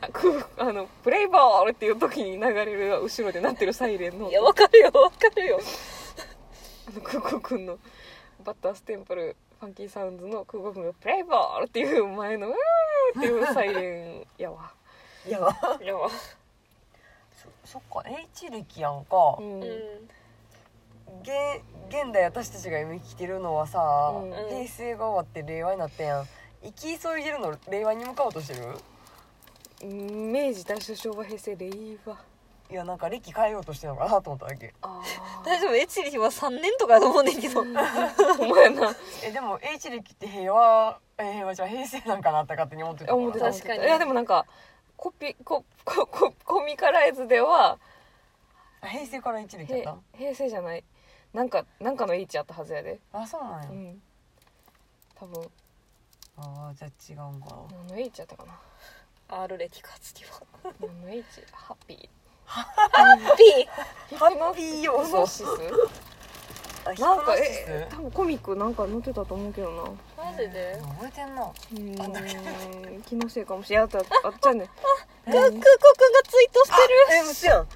[SPEAKER 1] あくあのプレイボールっていう時に流れる後ろで鳴ってるサイレンの
[SPEAKER 2] いや、わかるよ、わかるよ。
[SPEAKER 1] あの空港くんのバッターステンプルファンキーサウンズの空港くんが「プレイボール!」っていう前の「うー」っていうサイレンやわ、
[SPEAKER 3] いや
[SPEAKER 2] いや、
[SPEAKER 3] そそっか H 歴やんか、
[SPEAKER 1] うん
[SPEAKER 2] うん。
[SPEAKER 3] 現現代私たちが今生きてるのはさ、
[SPEAKER 1] うん
[SPEAKER 3] 平成が終わって令和になったやん生き急いでるの令和に向かおうとしてる
[SPEAKER 1] 明治大正昭和平成令和
[SPEAKER 3] いやなんか歴変えようとしてるのかなと思っただけ
[SPEAKER 1] あ
[SPEAKER 2] 大丈夫、エチリは3年とかだと思うねんけ
[SPEAKER 1] [LAUGHS]
[SPEAKER 2] ど。
[SPEAKER 1] あお前な
[SPEAKER 3] えでも H 歴って平和え平和じゃん平成なんかなって勝手に思ってたから
[SPEAKER 1] 思ってた
[SPEAKER 2] 確かに
[SPEAKER 1] いやでもなんかコピココココミカライズでは
[SPEAKER 3] あ平成から1歴やっ
[SPEAKER 1] へ
[SPEAKER 3] た
[SPEAKER 1] 平成じゃないなんかなんかの H あったはずやで
[SPEAKER 3] あそうなんや、
[SPEAKER 1] うん多分
[SPEAKER 3] あーじゃあ違うんかな
[SPEAKER 1] 何の H やったかな
[SPEAKER 2] R 歴か、次は。
[SPEAKER 1] 何の H ハッピー
[SPEAKER 2] B!
[SPEAKER 3] ハッピー
[SPEAKER 1] オ
[SPEAKER 3] 要
[SPEAKER 1] ノ
[SPEAKER 3] 素
[SPEAKER 1] シス
[SPEAKER 3] あヒプ
[SPEAKER 1] なん
[SPEAKER 3] ノ
[SPEAKER 1] か
[SPEAKER 3] シ
[SPEAKER 1] え多分コミックなんか載ってたと思うけどなう
[SPEAKER 2] マジで
[SPEAKER 3] ス覚えてんな
[SPEAKER 1] ーん気のせいかもしれんあとあっちゃんね
[SPEAKER 2] クックコくんがツイートして
[SPEAKER 3] え嘘やん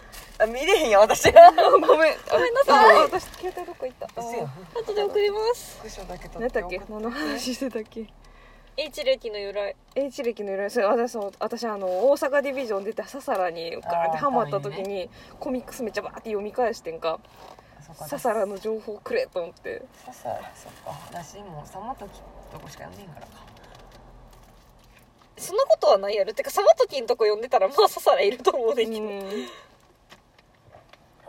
[SPEAKER 3] あ見れへんやん私嘘
[SPEAKER 1] [LAUGHS] ごめんごめんなさい私携帯どこ行った
[SPEAKER 3] やん
[SPEAKER 1] あ
[SPEAKER 2] る。後で送ります。
[SPEAKER 3] クションだけ撮
[SPEAKER 1] 何や
[SPEAKER 3] っ
[SPEAKER 1] った
[SPEAKER 3] て
[SPEAKER 1] っけ
[SPEAKER 3] 送っ
[SPEAKER 1] 何の話してたっけ
[SPEAKER 2] H 歴の由来。
[SPEAKER 1] H 歴の由来それ私そう私あの大阪ディビジョン出てササラにガーンってハマった時
[SPEAKER 3] あー
[SPEAKER 1] に、コミックスめっちゃバーって読み返してんか
[SPEAKER 3] そうか
[SPEAKER 1] ササラの情報くれと思って
[SPEAKER 3] ささそっか私もうさまときとこしか読んでへんからか
[SPEAKER 2] そんなことはないやろ。てか、サマトキンとこ呼んでたら、まあ、ササラいると思うねんけど。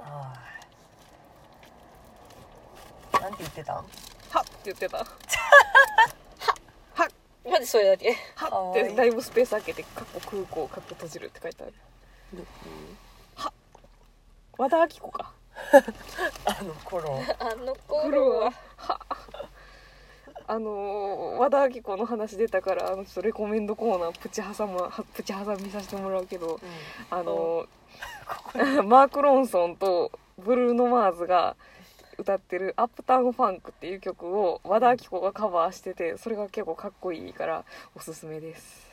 [SPEAKER 3] あーなんて言ってたん
[SPEAKER 1] はっって言ってた
[SPEAKER 2] マジそれだけ。
[SPEAKER 3] か
[SPEAKER 1] はっ
[SPEAKER 3] わ
[SPEAKER 1] て
[SPEAKER 3] いい
[SPEAKER 1] いだいぶスペース空けて「かっこ空港かっこ閉じる」って書いてあるはっ和田アキ子か
[SPEAKER 3] [LAUGHS] あの頃
[SPEAKER 2] [LAUGHS] あの
[SPEAKER 1] フロ
[SPEAKER 2] 頃
[SPEAKER 1] は
[SPEAKER 2] は。
[SPEAKER 1] はあのー和田アキ子の話出たからあのちょっとレコメンドコーナープチ挟まはプチ挟みさせてもらうけど
[SPEAKER 3] [LAUGHS]
[SPEAKER 1] あのーマーク・ロンソンとブルーノ・マーズが歌ってる「アップタウンファンク」っていう曲を和田アキ子がカバーしててそれが結構かっこいいからおすすめです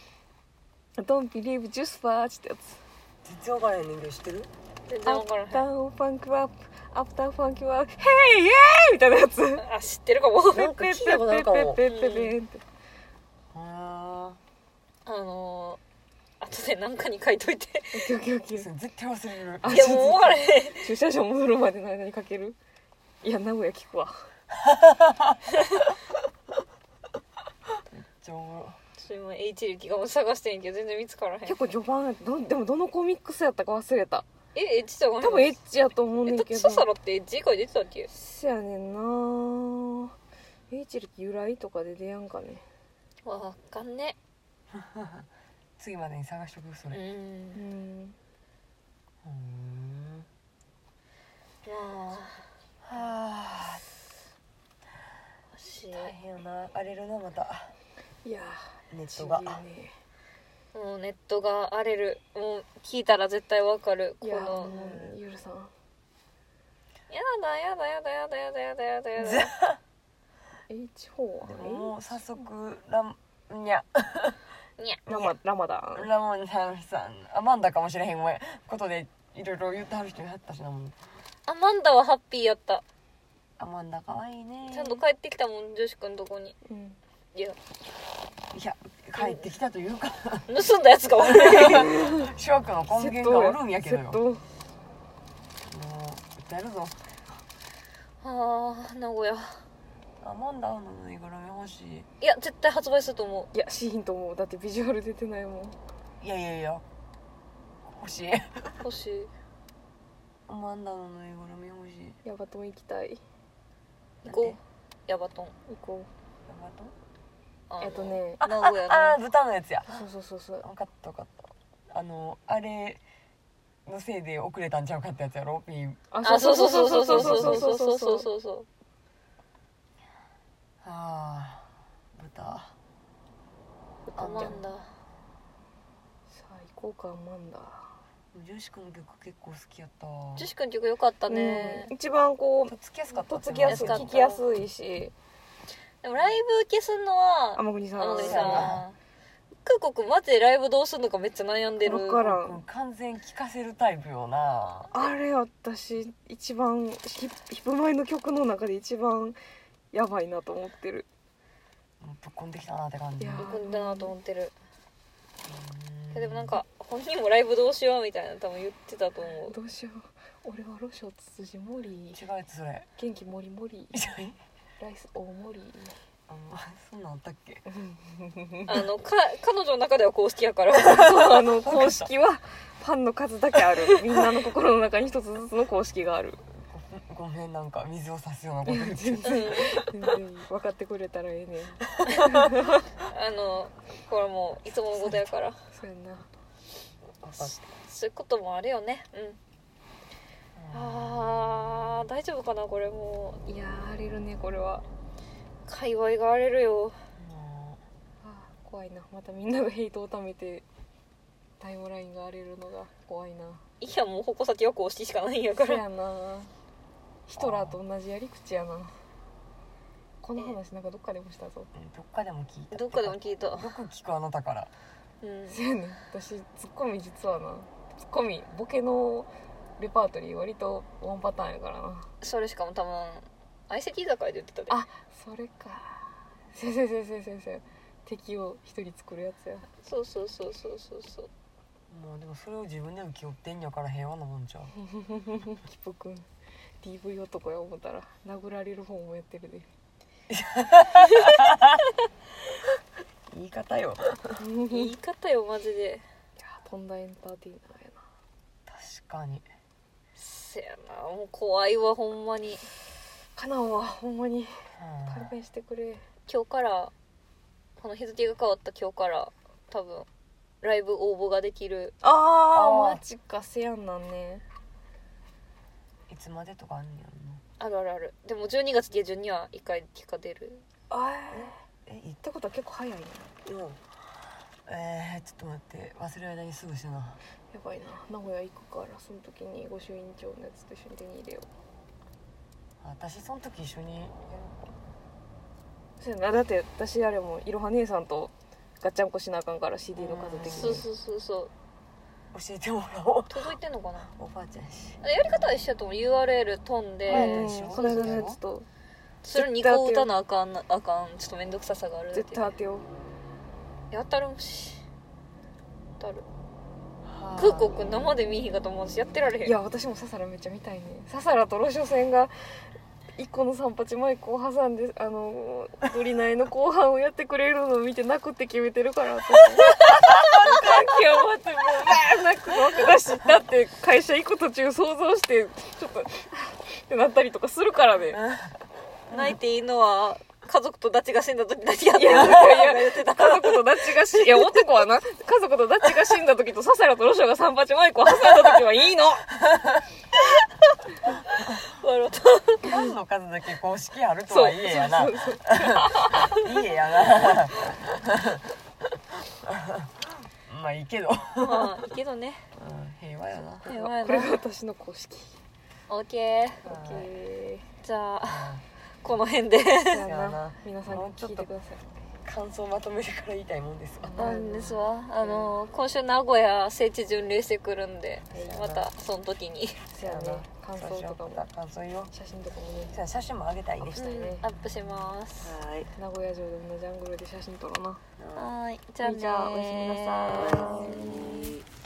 [SPEAKER 1] 「Don't Believe Just Fudge」ってやつ
[SPEAKER 3] 全然わからへんねんけど知ってる
[SPEAKER 2] 全然
[SPEAKER 1] ア
[SPEAKER 2] わから
[SPEAKER 1] ッ
[SPEAKER 2] へん
[SPEAKER 1] プタウンファンクアップアップタウンファンクアップ「ヘイイエーイ!」みたいなやつ
[SPEAKER 2] あ知ってるかも
[SPEAKER 3] なんか聞いたことあるかも
[SPEAKER 1] ペッペッペッペッペッペッって
[SPEAKER 3] あ
[SPEAKER 2] あのー、後で何かに書いといて
[SPEAKER 1] オッケーオッケーオッケ
[SPEAKER 3] ー
[SPEAKER 1] ー
[SPEAKER 3] 絶対忘れる
[SPEAKER 1] あ
[SPEAKER 2] いやもう終われへん
[SPEAKER 1] 駐車場戻るまでの間にかけるいや名古屋聞くわ
[SPEAKER 3] じゃあおもろ
[SPEAKER 2] ちょっと今 H 力がもう探してんけど全然見つからへん
[SPEAKER 1] 結構序盤やったどんでもどのコミックスやったか忘れた
[SPEAKER 2] え H じゃないの
[SPEAKER 1] 多分エッチやと思うね
[SPEAKER 2] え
[SPEAKER 1] ん
[SPEAKER 2] だっ
[SPEAKER 1] け
[SPEAKER 2] て
[SPEAKER 1] ど
[SPEAKER 2] ササラって H 以外出てたっけ
[SPEAKER 1] そやねんなエイチルキ由来とかで出やんかね
[SPEAKER 2] わかんね
[SPEAKER 3] 次までに探しとくそうれ
[SPEAKER 1] うんん
[SPEAKER 3] うーん
[SPEAKER 2] ま
[SPEAKER 3] はあ
[SPEAKER 2] あ欲しい
[SPEAKER 3] 大変よな荒れるなまた
[SPEAKER 1] いや
[SPEAKER 3] ネ
[SPEAKER 1] ー
[SPEAKER 3] ットが
[SPEAKER 1] 不思議よね
[SPEAKER 2] もうネットが荒れるもう聞いたら絶対わかるこ
[SPEAKER 1] いやも
[SPEAKER 2] の
[SPEAKER 1] うゆるさん
[SPEAKER 2] やだやだやだやだやだやだやだやだ
[SPEAKER 1] H4 は
[SPEAKER 3] でももう早速ラムにゃ
[SPEAKER 2] にゃ
[SPEAKER 1] えラマラマダン
[SPEAKER 3] ラモンさんさんアマンダかもしれへんごめんことでいろいろ言ってはる人になったしなもん
[SPEAKER 2] アマンダはハッピーやった
[SPEAKER 3] アマンダ可愛いね
[SPEAKER 2] ちゃんと帰ってきたもん女子くんとこに
[SPEAKER 1] うん
[SPEAKER 2] いや
[SPEAKER 3] いや帰ってきたというか
[SPEAKER 2] 盗んだやつが悪 [LAUGHS] い
[SPEAKER 3] 諸悪の根源がおるんやけど
[SPEAKER 1] 窃
[SPEAKER 3] よもう
[SPEAKER 1] 盗
[SPEAKER 3] 訴えるぞ
[SPEAKER 2] あー名古屋
[SPEAKER 3] アマンダのぬいぐるみ欲しい
[SPEAKER 2] いや絶対発売すると思
[SPEAKER 1] いやシーンと思うだってビジュアル出てないもん
[SPEAKER 3] いやいやいや欲しいう
[SPEAKER 2] 欲しい
[SPEAKER 3] アマンダのぬいぐるみ欲しい
[SPEAKER 1] ヤバトン行きたい
[SPEAKER 2] 行こうヤバトン
[SPEAKER 1] 行こ
[SPEAKER 3] ヤバトン
[SPEAKER 2] あの
[SPEAKER 1] うえっとね
[SPEAKER 2] 名古屋
[SPEAKER 3] ああ
[SPEAKER 2] の
[SPEAKER 3] 豚のやつや
[SPEAKER 1] そうそうそうそう
[SPEAKER 3] 分かった分かったあのあれのせいで遅れたんちゃうかってやつやろピン
[SPEAKER 2] あそうそうそうそうそうそうそうそうそうそう
[SPEAKER 1] う
[SPEAKER 2] そうそう
[SPEAKER 3] ああ豚
[SPEAKER 2] アマンダ
[SPEAKER 1] さあ行こうかアマンダ
[SPEAKER 3] 女子くんの曲結構好きやったわ
[SPEAKER 2] 女子くん曲良かったね、
[SPEAKER 1] うん一番こ
[SPEAKER 3] と
[SPEAKER 1] う
[SPEAKER 3] っつきやすかった
[SPEAKER 1] とっつきやすい
[SPEAKER 2] かった
[SPEAKER 1] 聞きやすいし
[SPEAKER 2] でもライブ消すのは
[SPEAKER 1] 天国さん
[SPEAKER 2] 天国
[SPEAKER 3] 天国
[SPEAKER 2] さん空国マジでライブどうすんのかめっちゃ悩んでる
[SPEAKER 1] わから
[SPEAKER 3] うん
[SPEAKER 1] ん
[SPEAKER 3] 完全聴かせるタイプよな
[SPEAKER 1] あれ私一番ヒヒップマイの曲の中で一番やばいなと思ってる
[SPEAKER 3] ぶっこんできたなって感じ
[SPEAKER 1] いや
[SPEAKER 2] よくんだなと思ってる
[SPEAKER 3] うん
[SPEAKER 2] でもなんか本人もライブどうしようみたいな多分言ってたと思う
[SPEAKER 1] どうしよう俺はロショツツジモリ
[SPEAKER 3] 違うやつそれ
[SPEAKER 1] 元気モリモリ
[SPEAKER 3] うん
[SPEAKER 1] ライス大モリ
[SPEAKER 3] そんなんあったっけ
[SPEAKER 2] あのか彼女の中では公式
[SPEAKER 1] [LAUGHS]
[SPEAKER 2] やから
[SPEAKER 1] あの公式はファンの数だけあるみんなの心の中に一つずつの公式がある
[SPEAKER 3] ご [LAUGHS] ごめんなんか水を差すようなこと
[SPEAKER 1] い
[SPEAKER 3] 言
[SPEAKER 1] や
[SPEAKER 3] って [LAUGHS]
[SPEAKER 1] 全然全然分かってくれたらええねん
[SPEAKER 2] あのこれもういつものことやから
[SPEAKER 1] そうやんな
[SPEAKER 3] わかった
[SPEAKER 2] そういうこともあるよねうんあー大丈夫かなこれも
[SPEAKER 1] いやー荒れるねこれは
[SPEAKER 2] う界隈が荒れるよ
[SPEAKER 3] も
[SPEAKER 1] あー怖いなまたみんながヘイトを貯めてタイムラインが荒れるのが怖いない
[SPEAKER 2] やもう矛先は公式しかないんやか
[SPEAKER 1] そ
[SPEAKER 2] ら
[SPEAKER 1] やなヒトラーと同じやり口やなこの話なんかどっかでもしたぞ
[SPEAKER 3] ううんどっかでも聞いた
[SPEAKER 2] どっかでも聞いた
[SPEAKER 3] よく聞くあなたから
[SPEAKER 2] うん
[SPEAKER 1] そうやねん私ツッコミ実はなツッコミボケのレパートリー割とワンパターンやからな
[SPEAKER 2] それしかも多分相席居酒屋で言ってたで
[SPEAKER 1] あそれか先生先生先生敵を一人作るやつや
[SPEAKER 2] そうそうそうそうそうそう
[SPEAKER 3] もうでもそれを自分で受け負ってんやから平和なもんちゃう
[SPEAKER 1] キポくん DV 男や思ったら殴られる方もやってるで
[SPEAKER 3] [LAUGHS] 言い方よ
[SPEAKER 2] 言い方よマジ
[SPEAKER 1] い
[SPEAKER 2] で
[SPEAKER 1] やーとんだエンターテイナーやな
[SPEAKER 3] 確かに
[SPEAKER 2] せやなもう怖いわほんまに
[SPEAKER 1] カナンはほんまに
[SPEAKER 3] うん
[SPEAKER 1] 勘弁してくれ
[SPEAKER 2] 今日からこの日付が変わった今日から多分ライブ応募ができる
[SPEAKER 1] ああ
[SPEAKER 3] あー
[SPEAKER 1] マジかせやんなんね
[SPEAKER 3] いつまでとかあんねやんな
[SPEAKER 2] あるあるあるでも12月下旬には一回結果出る
[SPEAKER 1] あ
[SPEAKER 3] え
[SPEAKER 1] えってことは結構早いなや
[SPEAKER 3] うんえー、ちょっと待って忘れる間にすぐしてな
[SPEAKER 1] ばいな名古屋行くからその時に御朱印帳のやつと一緒に手に入れよ
[SPEAKER 3] 私その時一緒に
[SPEAKER 1] そうやなだって私あれもいろは姉さんとガッチャンコしなあかんから CD の数的
[SPEAKER 3] ん
[SPEAKER 1] に
[SPEAKER 2] そうそうそうそう
[SPEAKER 3] 教えてもらおう
[SPEAKER 2] 届いてんのかな
[SPEAKER 3] おばあちゃんし
[SPEAKER 2] あれやり方は一緒やと思う URL 飛ん
[SPEAKER 1] うん
[SPEAKER 2] で、
[SPEAKER 1] うん
[SPEAKER 3] そう
[SPEAKER 1] この間のやつと
[SPEAKER 2] それ2個打たなあかんなあかんちょっと面倒くささがあるっていう
[SPEAKER 1] 絶対当てよう
[SPEAKER 2] やったるもし当たる空港くん生で見ひんかと思うしやってられへん
[SPEAKER 1] いや私もササラめっちゃ見たいねササラとロショ戦が一個の三八マイクを挟んであのドリナイの後半をやってくれるのを見て泣くって決めてるから私今日待ってもう泣くのだしだって会社行く途中想像してちょっとってなったりとかするからね
[SPEAKER 2] 泣いていいのは家族とダチが死んだ時だけやってる言 [LAUGHS] ってた
[SPEAKER 1] 家族とダッチが死いや男はな家族とダッチが死んだ時とササラとロショが三八マイクを挟んだ時はいいの
[SPEAKER 2] 笑った
[SPEAKER 3] 数の数だけ公式あると
[SPEAKER 1] そ
[SPEAKER 3] は
[SPEAKER 1] う
[SPEAKER 3] いえやな
[SPEAKER 1] そ
[SPEAKER 3] いう
[SPEAKER 1] そう
[SPEAKER 3] [LAUGHS] いえやなまあいいけど、う
[SPEAKER 2] まあいいけどね
[SPEAKER 3] ん、平和やな
[SPEAKER 2] やばい
[SPEAKER 1] これ
[SPEAKER 2] な
[SPEAKER 1] が私の公式
[SPEAKER 2] OK
[SPEAKER 3] はい
[SPEAKER 2] じゃあこの辺で
[SPEAKER 1] じゃあ
[SPEAKER 3] そうや
[SPEAKER 1] な
[SPEAKER 3] な
[SPEAKER 1] 皆さんに聞いてください
[SPEAKER 3] 感想まとめてから言いたいもんですが
[SPEAKER 2] なんですわあの今週名古屋聖地巡礼してくるんで
[SPEAKER 3] はい
[SPEAKER 2] またその時に
[SPEAKER 1] そうやね感想とかも
[SPEAKER 3] 感想言おう
[SPEAKER 1] 写真とかもね
[SPEAKER 3] じゃあ写真もあげたいね
[SPEAKER 1] アップしたいね
[SPEAKER 2] アップします
[SPEAKER 3] はい
[SPEAKER 1] 名古屋城でもジャングルで写真撮ろうな
[SPEAKER 2] はいじゃあねー
[SPEAKER 1] じゃあおやすみなさい
[SPEAKER 3] はい